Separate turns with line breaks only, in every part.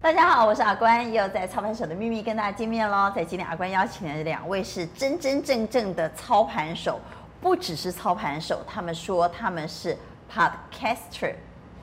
大家好，我是阿关，又在操盘手的秘密跟大家见面喽。在今天，阿关邀请的两位是真真正正的操盘手，不只是操盘手，他们说他们是 podcaster。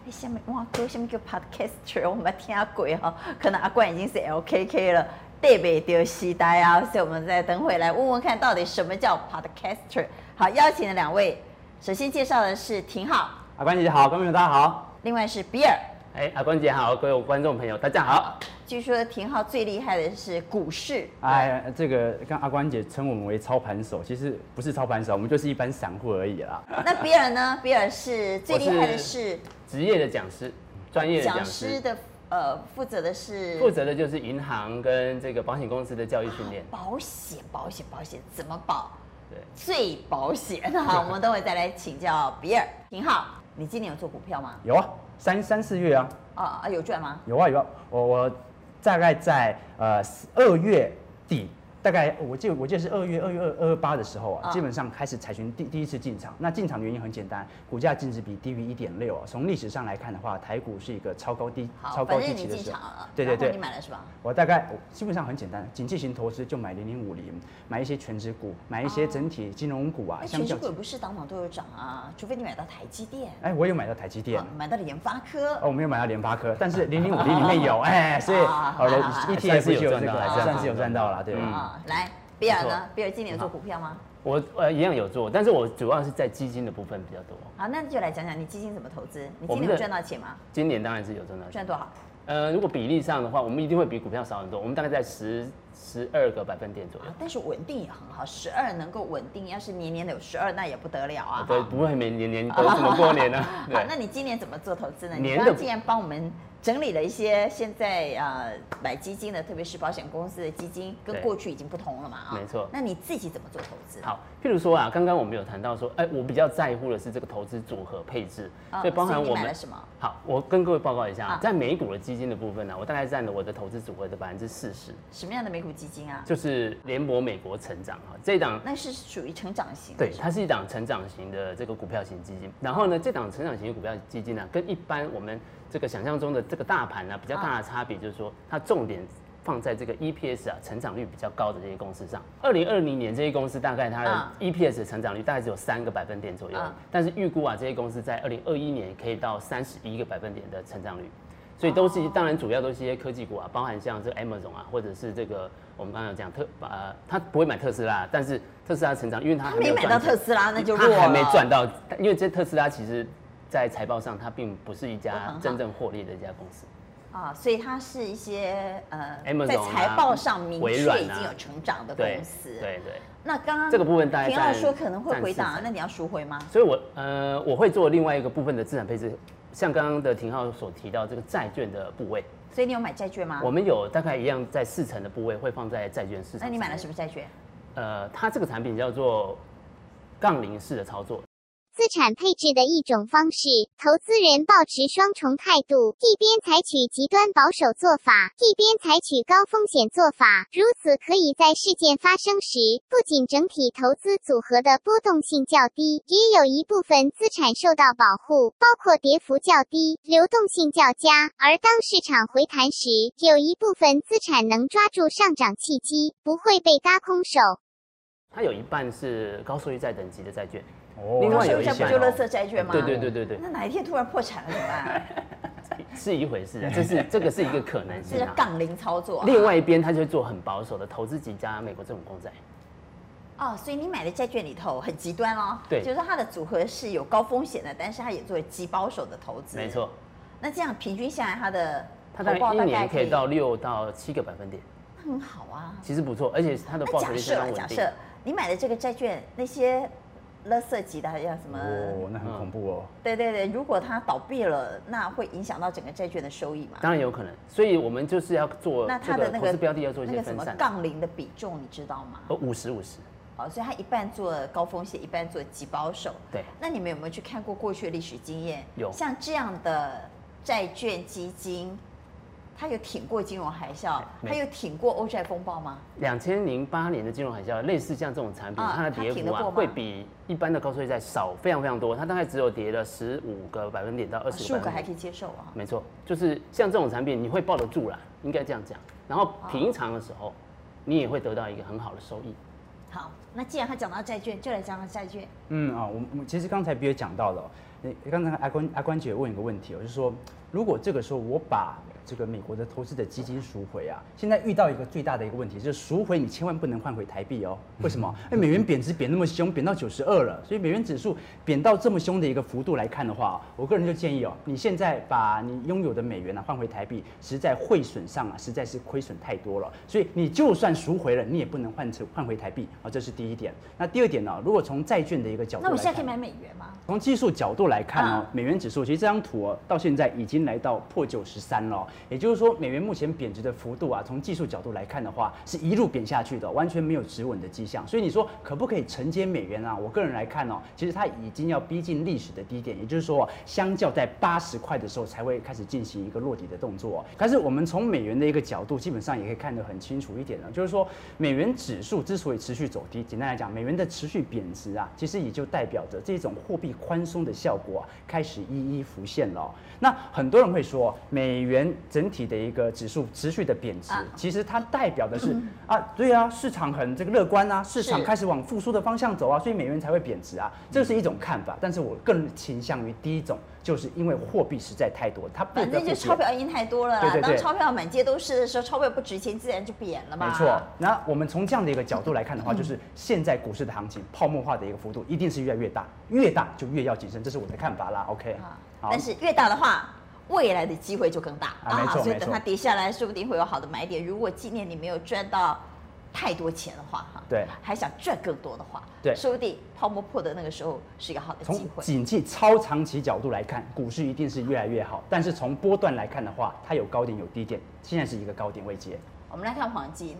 哎，下面哇哥，下面叫 podcaster，我没听过哈、哦。可能阿关已经是 LKK 了，对北丢西呆啊，所以我们再等会来问问看到底什么叫 podcaster。好，邀请的两位，首先介绍的是廷浩，
阿关姐好，观众朋友大家好。
另外是比尔。
哎、阿关姐好，各位观众朋友大家好。
据说廷浩最厉害的是股市，
哎，这个刚阿关姐称我们为操盘手，其实不是操盘手，我们就是一般散户而已啦。
那比尔呢？比尔是最厉害的
我
是
职业的讲师，专业的讲师，
的呃，负责的是
负责的就是银行跟这个保险公司的教育训练。
保险，保险，保险怎么保？
对，
最保险。 好，我们等会再来请教比尔。廷浩，你今年有做股票吗？
有啊，三三四月啊，
啊、啊有赚吗？
有啊有啊，我我大概在呃二月底，大概我记得我记得是二月二月二二八的时候啊，
啊
基本上开始采取第第一次进场。那进场的原因很简单，股价净值比低于一点六啊。从历史上来看的话，台股是一个超高低
好，
超
反
高
正你
低期的
进
时
场
候
了，。
对对
然后
对，啊
你买了是吧？
我大概我基本上很简单，景气型投资就买零零五零，买一些全值股，买一些整体金融股啊，
那哎全
像这
指
样
股也
子。
不是当场都有涨啊，除非你买到台积电，
哎，我有买到台积电
啊，买到联发科，
哦，我没有买到联发科，但是零零五零里面有，哎，所以
啊
好了
啊啊
还
，ETF
算是有
就有这
赚
个，
到
还
还
算
算
是
是
有
有
赚
赚
到
到了，对
嗯
啊，来，比尔呢
不？
比尔今年有做股票吗？
我呃一样有做，但是我主要是在基金的部分比较多。
好，那就来讲讲你基金怎么投资。你
我
今
们
年有
的
赚到钱吗？
今年当然是有赚到钱。
赚多少？
呃，如果比例上的话，我们一定会比股票少很多，我们大概在十十二个百分点左右
啊，但是稳定也很好，十二能够稳定，要是年年的有十二，那也不得了啊。
对，
哈
不会每年年都这么过年呢、啊。
好，
对
那。你今年怎么做投资呢？你
年
刚
的
刚竟然帮我们整理了一些现在呃买基金的，特别是保险公司的基金，跟
对
过去已经不同了嘛啊。
没错
那你自己怎么做投资？
好，譬如说啊，刚刚我们有谈到说，哎、我比较在乎的是这个投资组合配置，
嗯
所以包含
所以你
我
买
们
了什么
好，我跟各位报告一下，
啊
啊、在美股的基金的部分呢、啊我大概占了我的投资组合的百分之四十，
什么样的美股基金啊？
就是联博美国成长哈，这一档。
那是属于成长型的
对，
是吧，
它是一档成长型的这个股票型基金。然后呢，这档成长型股票基金呢、跟一般我们这个想象中的这个大盘呢、比较
啊
大的差别就是说，它重点放在这个 EPS 啊，成长率比较高的这些公司上。二零二零年这些公司大概它的
啊
EPS 的成长率大概只有三个百分点左右
啊，
但是预估啊，这些公司在二零二一年可以到三十一个百分点的成长率。所以都
哦
是，当然主要都是一些科技股啊，包含像这 Amazon 啊，或者是这个我们刚才有讲特呃，他不会买特斯拉，但是特斯拉成长，因为他
他没买到特斯拉，那就弱
他
了。啊
还没赚到，因为这特斯拉其实在财报上它并不是
不
一
很
家
好
真正获利的一家公司。
啊，所以它是一些呃
Amazon
在
啊
财报上明确
微软啊
已经有成长的
对
公司。
对对，
那刚刚
这个部分大概
平浩
占
说可能会回答，
占40%
那你要赎回吗？
所以我呃我会做另外一个部分的资产配置，像刚刚的廷浩所提到这个债券的部位，
所以你有买债券吗？
我们有大概一样在四成的部位会放在债券市场。
那你买了
么？
什么债券？
呃，它这个产品叫做杠铃式的操作，
资产配置的一种方式。投资人保持双重态度，一边采取极端保守做法，一边采取高风险做法。如此可以在事件发生时，不仅整体投资组合的波动性较低，也有一部分资产受到保护，包括跌幅较低、流动性较佳。而当市场回弹时，有一部分资产能抓住上涨契机，不会被嘎空手。
它有一半是高收益债等级的债券，
哦
另外有
一
一些
债不就垃圾债券吗？
对对对对对，
那哪一天突然破产了怎么 办？
是一回事啊，这是这个是一个可能
这
性
叫
啊。
杠铃操作啊
另外一边，他就会做很保守的投资几家美国政府公债，
哦，所以你买的债券里头很极端哦，
对
就是它的组合是有高风险的，但是它也做了极保守的投资，
没。错，
那这样平均下来，它的
它大
投报
概一年可
可
以
以
到六到七个百分点，
那很好啊。
其实不错，而且它的
那
报酬
假
率相
设啊
当稳
假
定。
设你买的这个债券，那些垃圾级的还叫什么？嗯
哦，那很恐怖哦。
对对对，如果它倒闭了，那会影响到整个债券的收益嘛？
当然有可能，所以我们就是要做
那
这
它的
个
那
投
个
资标的要做一
那
些
个什
分
么
散，
杠铃的比重，你知道吗？
呃，五十五十，
哦，所以它一半做高风险，一半做极保守。
对，
那你们有没有去看过过去的历史经验？
有
像这样的债券基金，它有挺过金融海啸，
没
它有挺过欧债风暴吗？
两千零八年的金融海啸，类似像这种产品，
啊
它的
它
跌
挺
幅
得
啊
过吗
会比一般的高收益债少非常非常多，它大概只有跌了十五个百分点到二十
十五啊
个
个
百分
还
点
可。以接受啊。
没错，就是像这种产品，你会抱得住啦，应该这样讲。然后平常的时候，你也会得到一个很好的收益。
好，那既然他讲到债券，就来讲讲债券。
嗯啊，我们我们其实刚才比尔讲到了哦，那刚才阿关阿关姐问一个问题哦，就是说，如果这个时候我把这个美国的投资的基金赎回啊，现在遇到一个最大的一个问题，就是赎回你千万不能换回台币哦。为什么？ 因为美元贬值贬那么凶，贬到九十二了，所以美元指数贬到这么凶的一个幅度来看的话、哦，我个人就建议哦，你现在把你拥有的美元啊换回台币，实在汇损上啊实在是亏损太多了，所以你就算赎回了，你也不能换成换回台币啊、哦，这是第一点。那第二点呢、如果从债券的一个角度
那
来
我
看，
现在可以买美元吗？
从技术角度来看哦
啊，
美元指数其实这张图哦，到现在已经来到破九十三了哦，也就是说，美元目前贬值的幅度啊，从技术角度来看的话，是一路贬下去的，哦完全没有止稳的迹象。所以你说可不可以承接美元啊？我个人来看哦，其实它已经要逼近历史的低点，也就是说哦，相较在八十块的时候才会开始进行一个落底的动作哦。但是我们从美元的一个角度，基本上也可以看得很清楚一点了，就是说美元指数之所以持续走低，简单来讲，美元的持续贬值啊，其实也就代表着这种货币宽松的效果、啊、开始一一浮现了哦、那很多人会说，美元整体的一个指数持续的贬值，
啊嗯
其实它代表的是啊，对啊，市场很这个乐观啊，市场
是
开始往复苏的方向走啊，所以美元才会贬值啊，这是一种看法。但是我更倾向于第一种，就是因为货币实在太多，它不
反
得
正
不
就
解
钞票印太多了啦，
对对对
当钞票满街都是的时候，钞票不值钱，自然就贬了嘛。
没错，那我们从这样的一个角度来看的话，就是现在股市的行情泡沫化的一个幅度一定是越来越大，越大就越要谨慎，这是我的看法啦。OK，
啊，
好
但是越大的话，未来的机会就更大
啊没错
所以
没
等
错
它跌下来，说不定会有好的买点。如果今年你没有赚到太多钱的话，哈，
对
还想赚更多的话，
对
说不定泡沫破的那个时候是一个好的
从
机会。
景气超长期角度来看，股市一定是越来越好，但是从波段来看的话，它有高点有低点，现在是一个高点位阶。
我们来看黄金，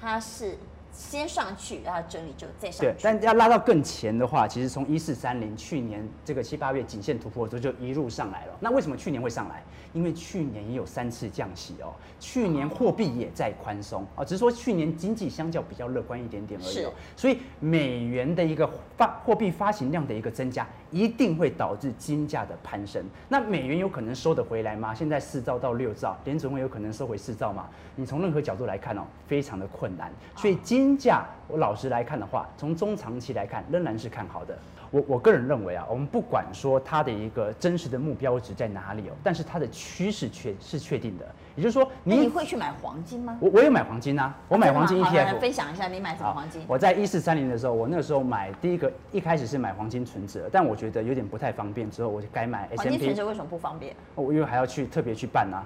它是先上去，然后整理之后再上
对，
去。
但要拉到更前的话，其实从一四三零去年这个七八月颈线突破之后就一路上来了。那为什么去年会上来？因为去年也有三次降息哦，去年货币也在宽松啊，只是说去年经济相较比较乐观一点点而已
是
哦。所以美元的一个发货币发行量的一个增加，一定会导致金价的攀升。那美元有可能收得回来吗？现在四兆到六兆，联准会有可能收回四兆吗？你从任何角度来看哦，非常的困难。所以金价，我老实来看的话，从中长期来看，仍然是看好的。我我个人认为啊，我们不管说它的一个真实的目标值在哪里哦，但是它的趋势确是确定的。也就是说，
那你会去买黄金吗？
我我有买黄金啊，我买黄金
好
ETF，、
来分享一下你买什么
好，
黄金？
我在一四三零的时候，我那个时候买第一个一开始是买黄金存折，但我觉得有点不太方便，之后我就改买 S
黄
M
金存
P，
折为什么不方便？
我因为还要去特别去办啊，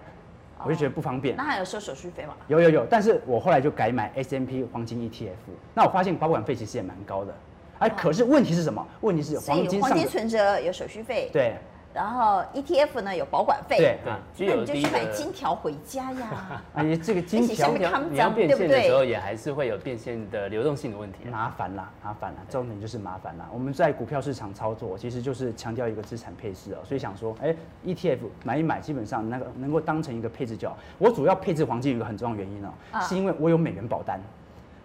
我就觉得不方便
那。还有收手续费吗？
有有有，但是我后来就改买 S M P 黄金 ETF，那我发现保管费其实也蛮高的，哎、可是问题是什么？问题是
哦所
黄
以
金
黄
上
金
的
存折有手续费，
对
然后 ETF 呢有保管费，
对
对，具
那
有
你就
低
去买
的。
金条回家 呀。
哎这个金
而且
条
下面看不
你要
涨
变
对不
现的时候，
对
也还是会有变现的流动性的问题啊。
麻烦啦，麻烦啦，重点就是麻烦啦。我们在股票市场操作，其实就是强调一个资产配置哦、所以想说，哎、e t f 买一买，基本上那个能够当成一个配置就好。我主要配置黄金有一个很重要的原因哦、
啊
是因为我有美元保单。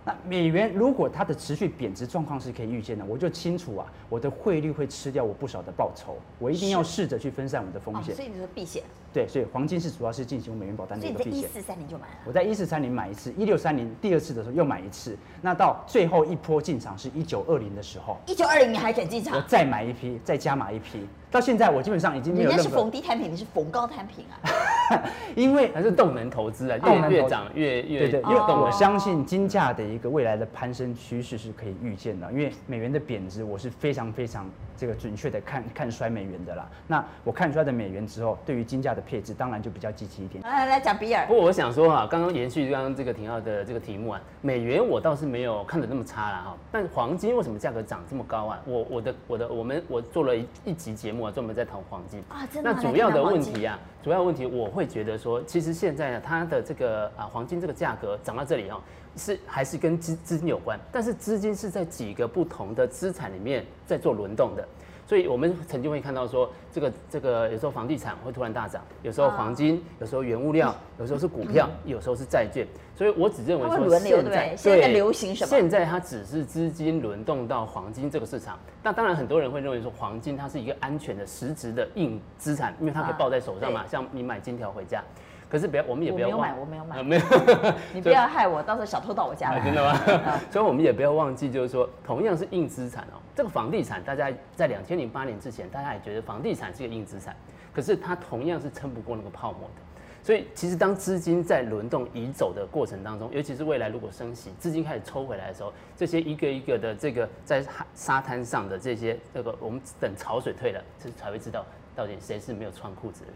那美元如果它的持续贬值状况是可以预见的，我就清楚啊，我的汇率会吃掉我不少的报酬，我一定要试着去分散我的风
哦
险。
所以你说避险，
对，所以黄金是主要是进行美元保单
所以
的
你
一个
在
避
一
险。
四三零就买了。
我在一四三零买一次，一六三零第二次的时候又买一次，那到最后一波进场是一九二零的时候，
一九二零你还敢进
我
场？
再买一批，再加码一批，到现在我基本上已经没
人
有
家
任
是逢
何，
低摊平，你是逢高摊平啊！
因为
还是动能投资啊，
动能投资
越越涨越越
对对，因
动
为
能。
我相信金价的一个未来的攀升趋势是可以预见的，因为美元的贬值，我是非常非常这个准确的看看衰美元的啦。那我看衰的美元之后，对于金价的配置当然就比较积极一点。
来来来讲比尔
不，过我想说哈、刚刚延续刚刚这个廷浩的这个题目啊，美元我倒是没有看得那么差啦哈、但黄金为什么价格涨这么高啊？我我的我的我们我做了一一集节目啊，专门在谈黄金
啊真的
那
吗
主
来
要
谈
的
黄
问
金
题啊，主要问题我会觉得说，其实现在呢，它的这个啊黄金这个价格涨到这里哈、哦是还是跟资资金有关，但是资金是在几个不同的资产里面在做轮动的。所以我们曾经会看到说，这个这个有时候房地产会突然大涨，有时候黄金，
啊
有时候原物料，有时候是股票，有时候是债券。所以我只认为
嗯它会
说
轮流
现在
对现在在流行什么
现在它只是资金轮动到黄金这个市场。那当然很多人会认为说，黄金它是一个安全的、实质的硬资产，因为它可以
啊
抱在手上嘛
对，
像你买金条回家。可是不要，我们也
我
不
没
要
有买，
忘，
我没有买
啊，， 没有，
你不要害我，到时候小偷到我家
啊
来。
真的吗？ 所以我们也不要忘记，就是说，同样是硬资产哦，这个房地产，大家在两千零八年之前，大家也觉得房地产是个硬资产，可是它同样是撑不过那个泡沫的。所以，其实当资金在轮动移走的过程当中，尤其是未来如果升息，资金开始抽回来的时候，这些一个一个的这个在海沙滩上的这些这个，我们等潮水退了，这才会知道到底谁是没有穿裤子的人。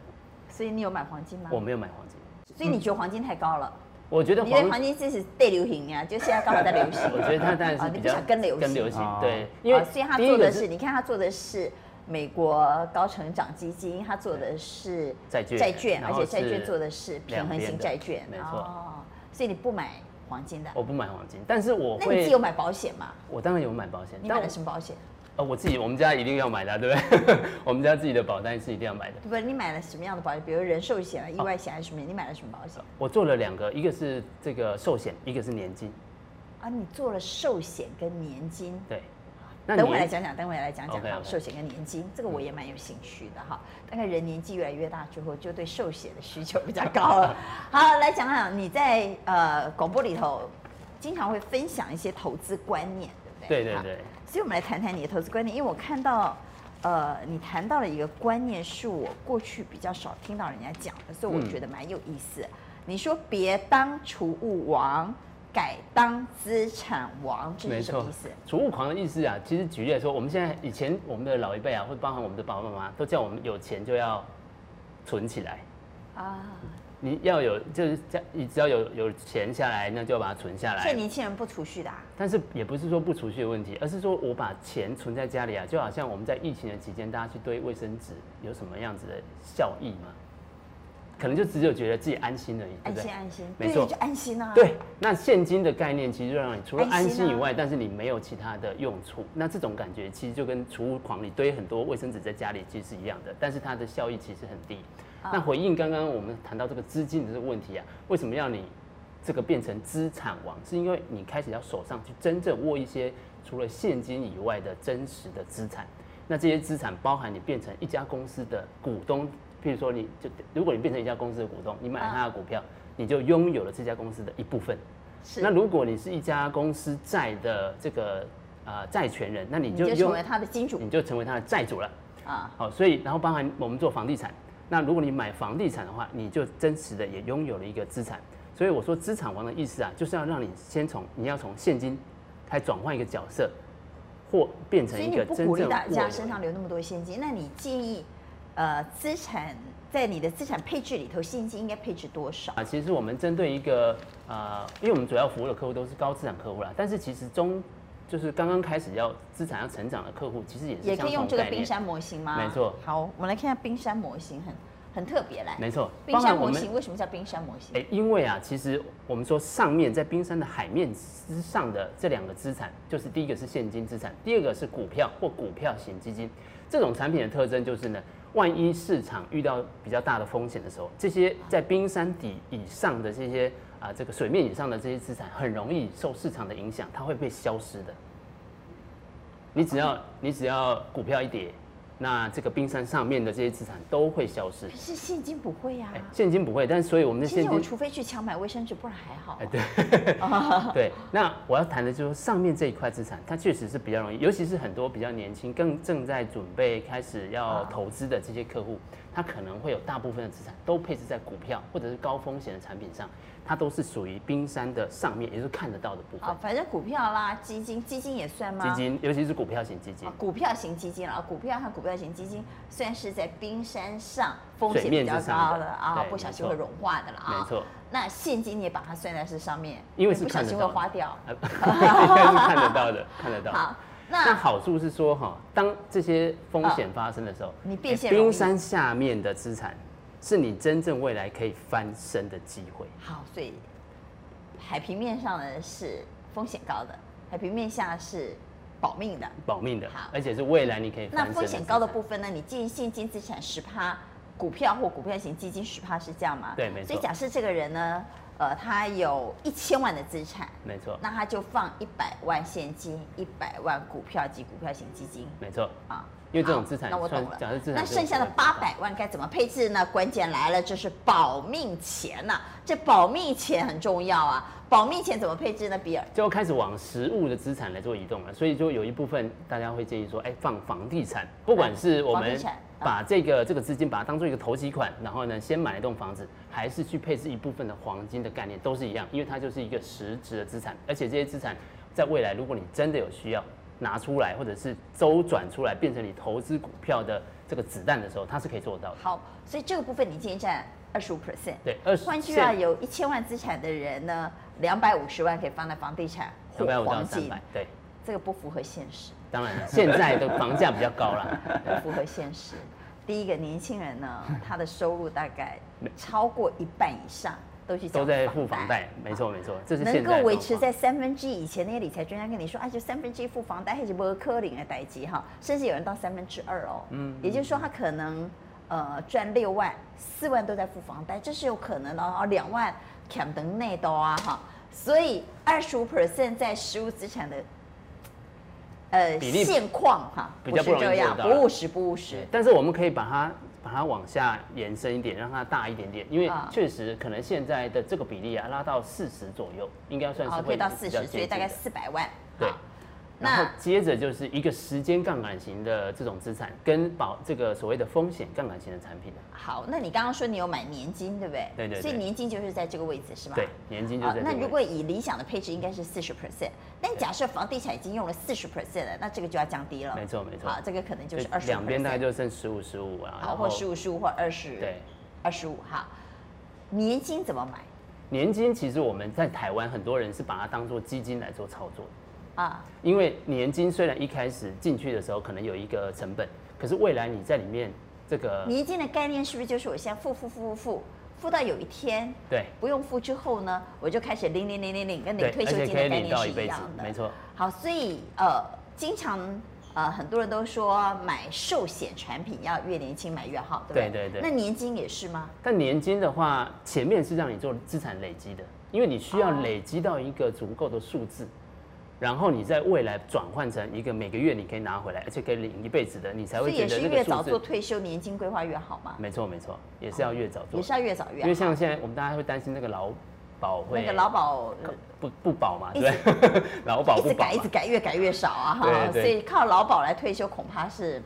所以你有买黄金吗？
我没有买黄金，
所以你觉得黄金太高了？
我觉得
你对
黄
黄金其实对流行啊，就现在刚好在流行。
我觉得它当然
啊
是
你
比
不
较
想跟流行，
跟流行
哦，
对，因
因
为
为所以他
第一
做
个
的是，你看他做的是美国高成长基金，他做的是
债券
债券，而
然后
且债券
是
做的是平衡型债券
两边，的没错
哦，所以你不买黄金的，
我不买黄金，但是我
那你自
会
己有，买保险吗？
我当然有买保险，
你
但
买
我
了什么保险？
呃，我自己我们家一定要买的啊、对不对？ 我们家自己的保单是一定要买的。
不是，你买了什么样的保险？比如人寿险啊、意外险还是什么？你买了什么保险？
我做了两个，一个是这个寿险，一个是年金，
啊，你做了寿险跟年金，
对。那
等我来
年
讲讲，等我来讲讲
OK，OK
哈，寿险跟年金，这个我也蛮有兴趣的哈。大概人年纪越来越大之后，就对寿险的需求比较高 了。好，来讲讲你在呃广播里头经常会分享一些投资观念，对不对？
对对
哈
对。
所以我们来谈谈你的投资观念，因为我看到呃你谈到了一个观念，是我过去比较少听到人家讲的，所以我
嗯
觉得蛮有意思。你说别当储物王，改当资产王，这是
没
什么
错
意思？，
储物狂的意思啊，其实举例来说，我们现在以前我们的老一辈啊，会包含我们的爸爸妈妈，都叫我们有钱就要存起来，
啊。
你要有就是家，你只要有有钱下来，那就要把它存下来。
所以年轻人不储蓄的、啊，
但是也不是说不储蓄的问题，而是说我把钱存在家里啊，就好像我们在疫情的期间，大家去堆卫生纸，有什么样子的效益吗？可能就只有觉得自己安心而已，对
安
不对
心？安心，
没
对，
错
就安心啊。，
对，那现金的概念其实就让你除了
安
安
心啊
心以外，但是你没有其他的用处。那这种感觉其实就跟储物狂里堆很多卫生纸在家里其实是一样的，但是它的效益其实很低。
啊
那回应刚刚我们谈到这个资金的这个问题啊，为什么要你这个变成资产王？是因为你开始要手上去真正握一些除了现金以外的真实的资产。那这些资产包含你变成一家公司的股东，譬如说你就如果你变成一家公司的股东，你买了
啊
它的股票，你就拥有了这家公司的一部分。
是。
那如果你是一家公司债的这个呃债权人，那你
你
就嗯
就成
拥
为他的金主
你就成为他的债主了。
啊，
好，所以然后包含我们做房地产，那如果你买房地产的话，你就真实的也拥有了一个资产。所以我说资产王的意思啊，就是要让你先从你要从现金，开始转换一个角色，或变
所
成
以
一
你
个
不
真正
鼓励大
握有
家身上留那么多现金。那你建议，呃，资产在你的资产配置里头，现金应该配置多少？
啊，其实我们针对一个呃，因为我们主要服务的客户都是高资产客户啦，但是其实中就是刚刚开始要资产要成长的客户，其实也是
也可以
相
用
同
这个
概
冰
念。
山模型吗？
没错
好，我们来看一下冰山模型，很很特别来。
没错，
冰
包
山
含我
模
们
型为什么叫冰山模型？
诶，因为啊，其实我们说上面在冰山的海面之上的这两个资产，就是第一个是现金资产，第二个是股票或股票型基金。这种产品的特征就是呢，万一市场遇到比较大的风险的时候，这些在冰山底以上的这些啊、这个水面以上的这些资产，很容易受市场的影响，它会被消失的。你只要你只要股票一跌，那这个冰山上面的这些资产都会消失
可。是现金不会呀、
哎，现金不会，但是所以我们的
现
现
金我
金
除非去强买卫生纸，不然还好。
哎，对，对。那我要谈的就是说上面这一块资产，它确实是比较容易，尤其是很多比较年轻、更正在准备开始要
啊
投资的这些客户，他可能会有大部分的资产都配置在股票或者是高风险的产品上，它都是属于冰山的上面，也就是看得到的部
啊
分。，
反正股票啦、基金，基金也算吗？
基金，尤其是股票型基金
啊，，股票型基金了，啊股票和股票型基金虽然是在冰山上风险
水
比
面
较
之上
高
的
的啊，
对
不小心
没错
会融化的了啊。
没错。
那现金也把它算在这上面，
因为
你
是
不小
看
心
得
会
到的，
花掉。
啊 应该是看得到的，看得到的。
好，
那
那
好处是说哈，当这些风险发生的时候，
嗯
哎
你变现容易
冰山下面的资产是你真正未来可以翻身的机会。
好，所以海平面上的是风险高的，海平面下是保命的。
保命的
好，
而且是未来你可以翻
那
身
风险高的
资
部分呢？你建议现金资产十趴，股票或股票型基金十趴是这样吗？
对没错
所以假设这个人呢，呃，他有一千万的资产，
没错，
那他就放一百万现金、一百万股票及股票型基金
没错。
啊。
因为这种
好
资产
那我
算
懂了。
假设资产
那
是
剩下的
我们
八百万该怎么配置呢？关键来了，就是保命钱呐、这保命钱很重要啊。保命钱怎么配置呢？比尔，
就开始往实物的资产来做移动了，所以就有一部分大家会建议说，哎，放房地产，不管是我
房
们
地产啊
把这个这个资金把它当做一个投机款，然后呢，先买一栋房子，还是去配置一部分的黄金的概念，都是一样，因为它就是一个实质的资产，而且这些资产在未来如果你真的有需要拿出来，或者是周转出来，变成你投资股票的这个子弹的时候，它是可以做到的。
好，所以这个部分你建议占二十五 percent。
对，二十
换句话，有一千万资产的人呢，两百五十万可以放在房地产或
两百五到
黄
三
金，
百，对，
这个不符合现实，
当然了，现在的房价比较高了。
不符合现实。第一个，年轻人 呢，他的收入大概超过一半以上都去
都
缴
在付房贷，没错没错，这是
啊能
现
够
在的
维
状
持
况
在三分之一以前，那些理财专家跟你说，啊，就三分之一付房贷，还是不科领的代级哈，甚至有人到三分之二哦。嗯，也就是说他可能呃赚六万，四万都在付房贷，这是有可能的哦，两万砍等内都啊哈，所以二十五 percent 在实物资产的。呃，
比例
现况哈，
比较
是
不容易
这样，
做
不
到
务实，不务实。
但是我们可以把它把它往下延伸一点，让它大一点点，因为
啊
确实可能现在的这个比例啊拉到四十左右，应该算是
好，
会
哦可以到
比
四
较
十，
接
所以大
近
概
的
四百万。
对
好。
然后
那
接着就是一个时间杠杆型的这种资产，跟保这个所谓的风险杠杆型的产品啊，
好，那你刚刚说你有买年金，对不对？
对对
所以
对
年金就是在这个位置，是吧？
对，年金就
啊
在这个
那
位置
如果以理想的配置，应该是四十 percent。但假设房地产已经用了四十 percent 了，那这个就要降低了。
没错没错
啊，这个可能就是
就
二十。
两边大概就剩十五十五啊，
好，
然
或
后
十五、十五或二十。
对。
二十五哈，年金怎么买
年金其实我们在台湾很多人是把它当做基金来做操作的。
啊？
因为年金虽然一开始进去的时候可能有一个成本，可是未来你在里面这个
年金的概念是不是就是我现在付付付付付，付到有一天
对
不用付之后呢，我就开始零零零零零，跟你
对，
退休
而且
金的
可以
概
领
念
到
是
一
一
辈子
样，的。
没错，
好，所以呃，经常呃，很多人都说买寿险产品要越年轻买越好，对不对？
对对对
那年金也是吗？
但年金的话，前面是让你做资产累积的，因为你需要
哦
累积到一个足够的数字，然后你在未来转换成一个每个月你可以拿回来，而且可以领一辈子的，你才
所
会
以
觉
也
得
是
那
越
个
早
数
做
字。
退休年金规划越好嘛，
没错没错，也是要越早做
也，是要越早越
因
好。
为像现在我们大家会担心那个劳保会
那个劳保呃
不不保嘛，
一
对
直
不对， 劳保
一
不
直
保
改，一
嘛
直改，越改越少啊哈。
对
所
对
以靠劳保来退休，恐怕是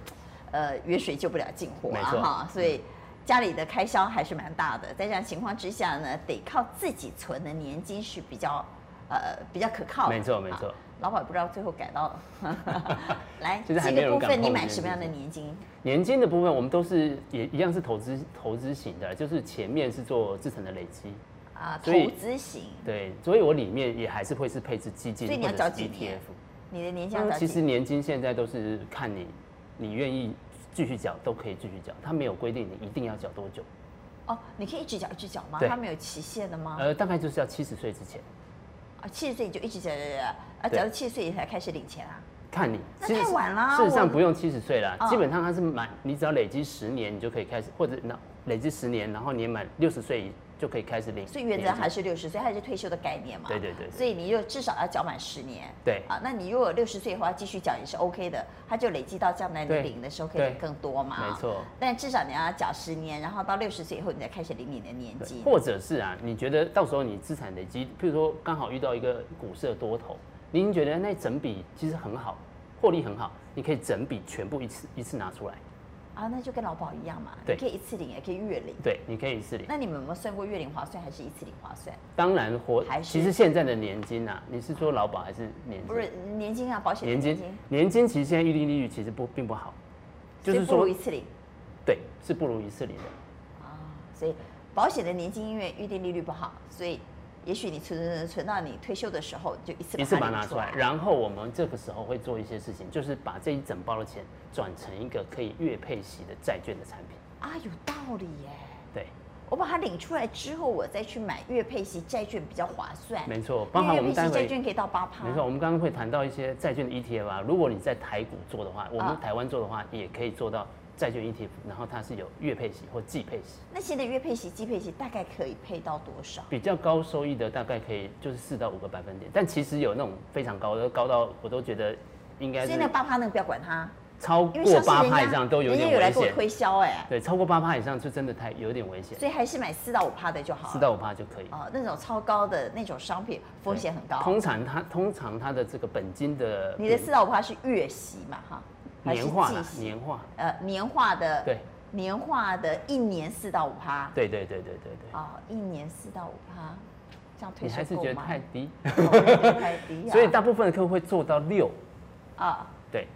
呃远水救不了近火
没
啊
错嗯
哈。所以家里的开销还是蛮大的，在这样情况之下呢，得靠自己存的年金是比较呃比较可靠的。
没错没
啊
错。
劳保也不知道最后改到了， 来
现在还
这
没
个
有
部
人敢
分你
碰
买
年
什么样的
金
年金？
年金的部分，我们都是也一样是投资投资型的，就是前面是做资产的累积，
啊，投
所以
资型，
对，所以我里面也还是会是配置基金
所以你要
或
找
者是
几年
ETF。
你的年金要
那
找
嗯其
几
实年金现在都是看你，你愿意继续缴都可以继续缴，它没有规定你一定要缴多久，
哦，你可以一直缴一直缴吗？
对
它没有期限的吗？
呃，大概就是要七十岁之前
啊，七十岁你就一直缴缴缴，啊，
对
缴到七十岁才开始领钱啊？
看你。
那
其实
太晚啦
事实上
我
不用七十岁啦，
嗯
基本上它是满，你只要累积十年，你就可以开始，或者那累积十年，然后你满六十岁就可以开始领年金。
所以原则还是六十岁，它也是退休的概念嘛。
对对对对
所以你就至少要缴满十年。
对
啊，那你如果六十岁以后要继续缴也是 OK 的，它就累积到将来你
对
领的时候可以
对
领更多嘛。
没错。
但至少你要缴十年，然后到六十岁以后你再开始领你的年
对
金。
或者是啊，你觉得到时候你资产累积，譬如说刚好遇到一个股市的多头，您觉得那整笔其实很好，获利很好，你可以整笔全部一次一次拿出来，
啊，那就跟劳保一样嘛，你
对
可以一次领，也可以月领。
对，你可以一次领。
那你们有没有算过月领划算，还是一次领划算？
当然活
还，是
其实现在的年金啊，你是说劳保还是年金？
不是年金啊，保险的
年金，年金其实现在预定利率其实不并不好，
所
就是
以不如
说
一次领
对，是不如一次领的。
啊。所以保险的年金因为预定利率不好，所以也许你存存存存到你退休的时候，就一次
一次把它
领
拿出来，然后我们这个时候会做一些事情，就是把这一整包的钱转成一个可以月配息的债券的产品，
啊，有道理耶。
对。
我把它领出来之后，我再去买月配息债券比较划算。
没错包
因为
含
月配息
我们待
债
会
券可以到八趴。
没错，我们刚 E 刚会谈到一些债券的 ETF 啊，如果你在台股做的话，我
啊
们台湾做的话，也可以做到债券 ETF，然后它是有月配息或季配息，
那些的月配息、季配息大概可以配到多少？
比较高收益的大概可以就是四到五个百分点，但其实有那种非常高的，高到我都觉得应该
所
是
以那个八趴那个不要管它，
超
因为
过
像是
八
人家
趴以上都有
人家
点
有来
危
给我
险。
推销哎、
对，超过八趴以上就真的太有点危险，
所以还是买四到五趴的就好了。
四到五趴就可以。
哦，那种超高的那种商品风险很高。
通常它通常它的这个本金的
你的四到五趴是月息嘛哈？还是
年化啦
季息
年化，
呃年化的
对
年化的一年四到五趴。
对对对对对对，
哦，一年四到五趴，这样退
你
休
还是
够
觉得
吗
太低，
哦我觉得太低啊。
所以大部分的客户会做到六，
啊，
对，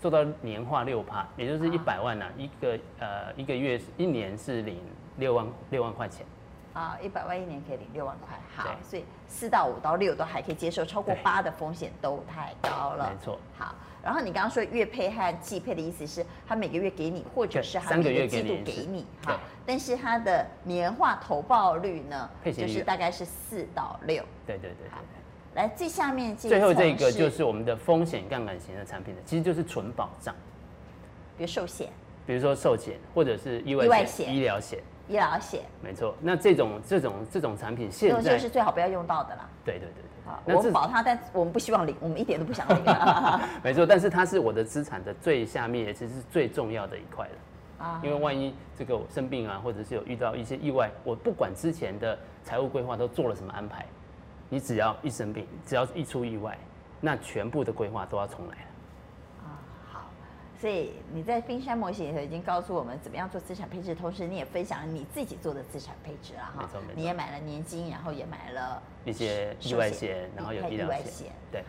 做到年化六趴，也就是
啊
一百万呐、一个呃一个月一年是领六万六万块钱，
啊，一百万一年可以领六万块，好，
对
所以四到五到六都还可以接受，超过
对
八的风险都太高了。
没错。
好，然后你刚刚说月配和季配的意思是，他每个月给你，或者
对
是他
三个
每
月
季
给
度
你一次
给你，
对
哈。但是它的年化投报率呢，
配息
就
率
是大概是四到六。
对对对对
好
对。
来，最下面这一
最后这
层
个就是我们的风险杠杆型的产品了，其实就是纯保障，
比如寿险、
比如说寿险或者是意外
意
险、
外险
医疗险，
医疗险，
没错。那这种这种这种产品
这
现
种
在
就是最好不要用到的啦。
对对对对
啊，，
那
我
这
们保它，但我们不希望领，我们一点都不想领 啊。
没错，但是它是我的资产的最下面，也其实是最重要的一块了。
啊
因为万一这个我生病啊，或者是有遇到一些意外，我不管之前的财务规划都做了什么安排，你只要一生病，只要一出意外，那全部的规划都要重来了。
啊，好，所以你在冰山模型里头已经告诉我们怎么样做资产配置，同时你也分享了你自己做的资产配置了
没
哈
错没。错
你也买了年金，然后也买了
一些
寿
意外险然后有
还
医疗
外
险对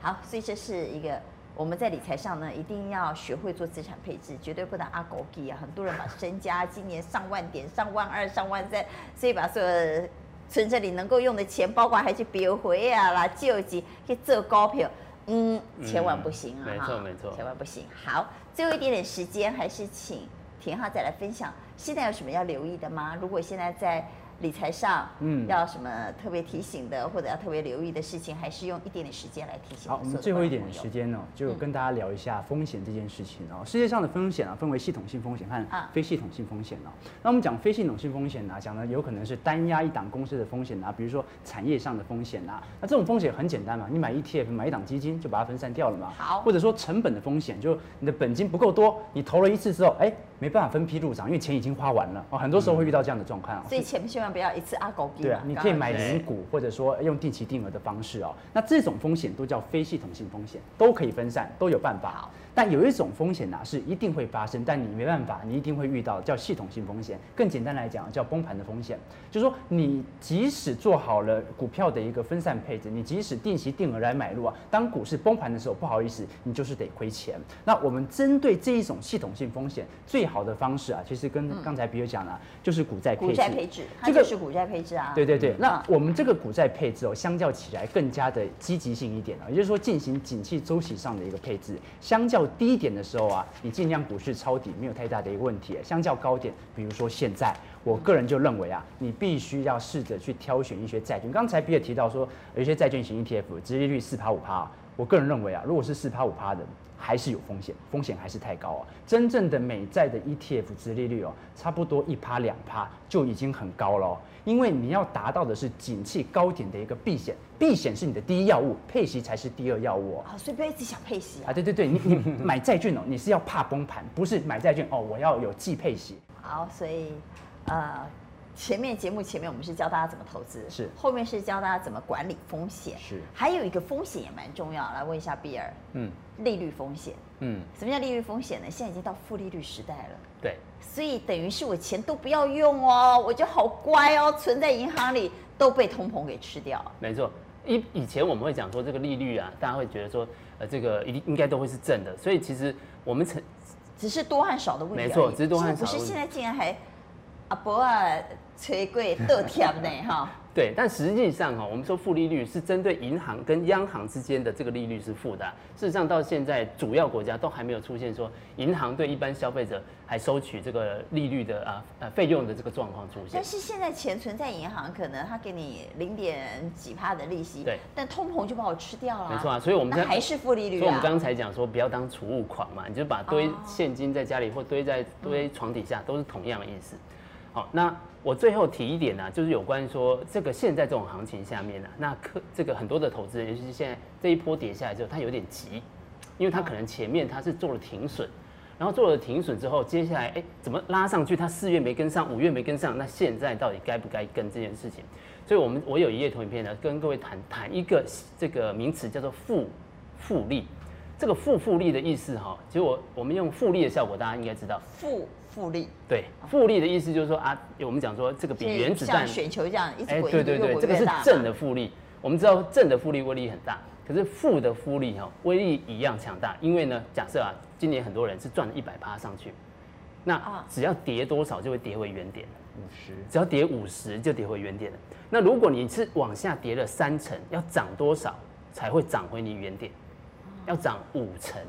好，好，所以这是一个。我们在理财上呢，一定要学会做资产配置，绝对不能阿狗给啊！很多人把身家今年上万点、上万二、上万三，所以把所有的存这里能够用的钱，包括还去别回啊啦、救济去做股票，嗯，千万不行啊！
嗯没
哈
错没错
千万不行。好，最后一点点时间，还是请田浩再来分享，现在有什么要留意的吗？如果现在在理财上，嗯，
嗯
要什么特别提醒的，或者要特别留意的事情，还是用一点点时间来提醒。
好，我们最后一点的时，间
嗯
呢、就跟大家聊一下风险这件事情哦。世界上的风险啊，分为系统性风险和
啊
非系统性风险哦。那我们讲非系统性风险呢、讲的有可能是单压一档公司的风险啊，比如说产业上的风险啊。那这种风险很简单嘛，你买 ETF 买一档基金就把它分散掉了嘛。
好
或者说成本的风险，就你的本金不够多，你投了一次之后，哎，没办法分批入场，因为钱已经花完了哦。很多时候会遇到这样的状况、哦。
所以前面千万不要一次阿狗给。
对啊，你可以买
刚刚
零股，或者说用定期定额的方式哦。那这种风险都叫非系统性风险，都可以分散，都有办法
好。
但有一种风险呐、是一定会发生，但你没办法，你一定会遇到，叫系统性风险。更简单来讲，叫崩盘的风险，就是说你即使做好了股票的一个分散配置，你即使定期定额来买入啊，当股市崩盘的时候，不好意思，你就是得亏钱。那我们针对这一种系统性风险，最好的方式啊，其实跟刚才比尔讲了、啊就是股债配
股
置。
债配置，它
这个
就是股债配置啊。
对对对，那
啊
我们这个股债配置哦，相较起来更加的积极性一点啊，也就是说进行景气周期上的一个配置，相较低点的时候啊，你尽量股市抄底没有太大的一个问题；啊相较高点，比如说现在，我个人就认为啊，你必须要试着去挑选一些债券。刚才比尔提到说，有一些债券型 ETF，殖利率四趴五趴，我个人认为啊，如果是四趴五趴的。还是有风险，风险还是太高啊！真正的美债的 E ETF 殖利率哦，差不多一趴两趴就已经很高了、哦，因为你要达到的是景气高点的一个避险，避险是你的第一要务，配息才是第二要务、哦。
好，所以不要一直想配息啊
啊，。对对对，你 你买债券哦，你是要怕崩盘，不是买债券哦，我要有季配息。
好，所以呃，前面节目前面我们是教大家怎么投资，
是
后面是教大家怎么管理风险，
是
还有一个风险也蛮重要，来问一下比尔，
嗯
利率风险，
嗯，
什么叫利率风险呢？现在已经到负利率时代了。
对，
所以等于是我钱都不要用哦，我就好乖哦，存在银行里都被通膨给吃掉了。
没错。以以前我们会讲说这个利率啊，大家会觉得说，呃，这个一定应该都会是正的，所以其实我们曾
只是多和少的问题而已。
没错只是多和少的
不是
问题
现在竟然还啊阿伯啊，吹贵豆甜 呢哈。
对，但实际上哈、我们说负利率是针对银行跟央行之间的这个利率是负的啊、事实上，到现在主要国家都还没有出现说银行对一般消费者还收取这个利率的啊呃费用的这个状况出现
但。是现在钱存在银行，可能他给你零点几帕的利息，
对，
但通膨就把我吃掉了、
没错啊，所以我们
那
现
还
在。
是负利率、啊。
所以我们刚才讲说，不要当储物狂嘛，你就把堆
哦
现金在家里或堆在堆床底下，都是同样的意思。好，那我最后提一点呢、就是有关说这个现在这种行情下面呢、那可这个很多的投资人，尤其是现在这一波跌下来之后，他有点急，因为他可能前面他是做了停损，然后做了停损之后，接下来哎怎么拉上去？他四月没跟上，五月没跟上，那现在到底该不该跟这件事情？所以我们我有一页投影片呢，跟各位谈谈一个这个名词叫做复复利。这个复复利的意思哈、其实我我们用复利的效果，大家应该知道。
负负利，
对，复利的意思就是说啊，我们讲说这个比原子弹
像雪球这样一直
哎，
滚，
对对
越
对，
滚
这个
越
是
大
正的复利。我们知道正的复利威力很大，可是负的复利哈、威力一样强大。因为呢，假设啊，今年很多人是赚了一百趴上去，那
啊
只要跌多少就会跌回原点，
五十
只要跌五十就跌回原点了。那如果你是往下跌了三成，要涨多少才会涨回你原点？要涨五成，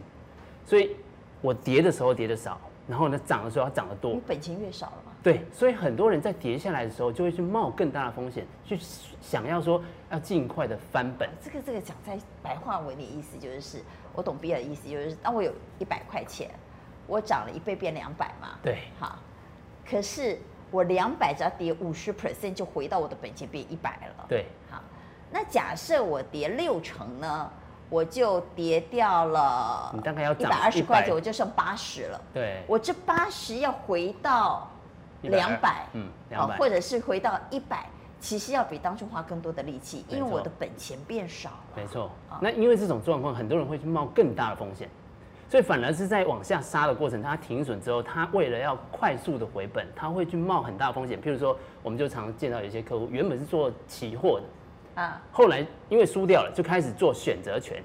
所以我跌的时候跌的少，然后呢涨的时候要涨得多
你。本钱越少了嘛。
对，所以很多人在跌下来的时候，就会去冒更大的风险，去想要说要尽快的翻本。
这个这个讲在白话文的意思就是，我懂比尔的意思就是，当我有一百块钱，我涨了一倍变两百嘛，
对
好，可是我两百只要跌五十 percent 就回到我的本钱变一百了，，
对，
好，那假设我跌六成呢，我就跌掉了，
你大概要
一
涨
百二十
100
块钱，我就剩八十了，
对，
我这八十要回到两百，
嗯，两
好，
百，
啊或者是回到一百，其实要比当初花更多的力气，因为
没错
我的本钱变少了。
没错
啊。
那因为这种状况，很多人会去冒更大的风险，所以反而是在往下杀的过程，他停损之后，他为了要快速的回本，他会去冒很大的风险。譬如说，我们就常见到有一些客户原本是做期货的，
啊，
后来因为输掉了，就开始做选择权。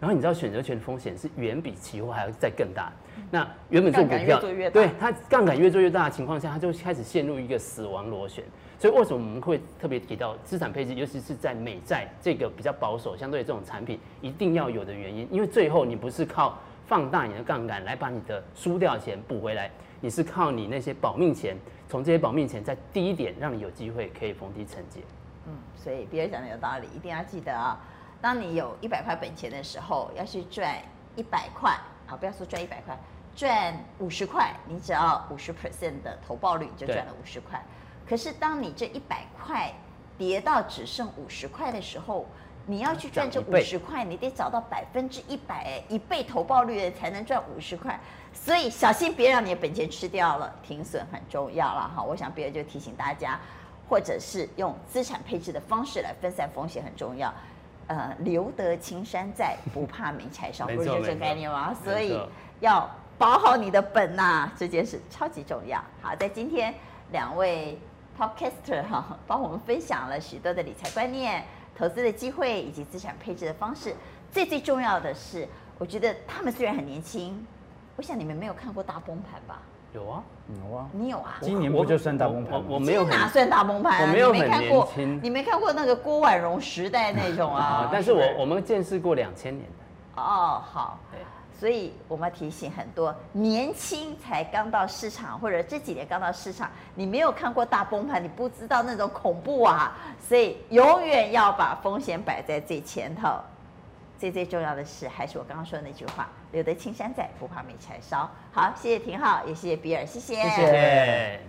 然后你知道选择权的风险是远比期货还要再更大。那原本做股
杠杆越
票，
做越大
对它杠杆越做越大的情况下，它就开始陷入一个死亡螺旋。所以为什么我们会特别提到资产配置，尤其是在美债这个比较保守相对这种产品一定要有的原因？因为最后你不是靠放大你的杠杆来把你的输掉的钱补回来，你是靠你那些保命钱，从这些保命钱在低点让你有机会可以逢低承接。
嗯，所以比尔讲的有道理，一定要记得啊、当你有一百块本钱的时候，要去赚一百块啊，不要说赚一百块，赚五十块，你只要五十 percent 的投报率你就
对
赚了五十块。可是当你这一百块跌到只剩五十块的时候，你要去赚这
啊涨一
五
倍
十块，你得找到百分之一百一倍投报率的才能赚五十块。所以小心别让你的本钱吃掉了，停损很重要了哈。我想别人就提醒大家，或者是用资产配置的方式来分散风险很重要。呃，留得青山在，不怕没柴烧，
没
不是
错
这个
没错
概念吗？
没
所以
错
要保好你的本呐、这件事超级重要。好，在今天两位 podcaster 哈、帮我们分享了许多的理财观念、投资的机会以及资产配置的方式。最最重要的是，我觉得他们虽然很年轻，我想你们没有看过大崩盘吧？
有啊，
有啊，
你有啊？
今年不就算大崩盘
我我我
吗？
没有
这
很
哪算大崩盘、啊？
我没有
你
很
看过
年轻
你没看过那个郭婉容时代那种啊
啊，？但是我
不
我们见识过两千年的。
哦好
对，
所以我们要提醒很多年轻才刚到市场，或者这几年刚到市场，你没有看过大崩盘，你不知道那种恐怖啊，所以永远要把风险摆在最前头。最最重要的是，还是我刚刚说的那句话：“留得青山在，不怕没柴烧。”好，谢谢廷浩，也谢谢比尔，谢谢
谢谢
对。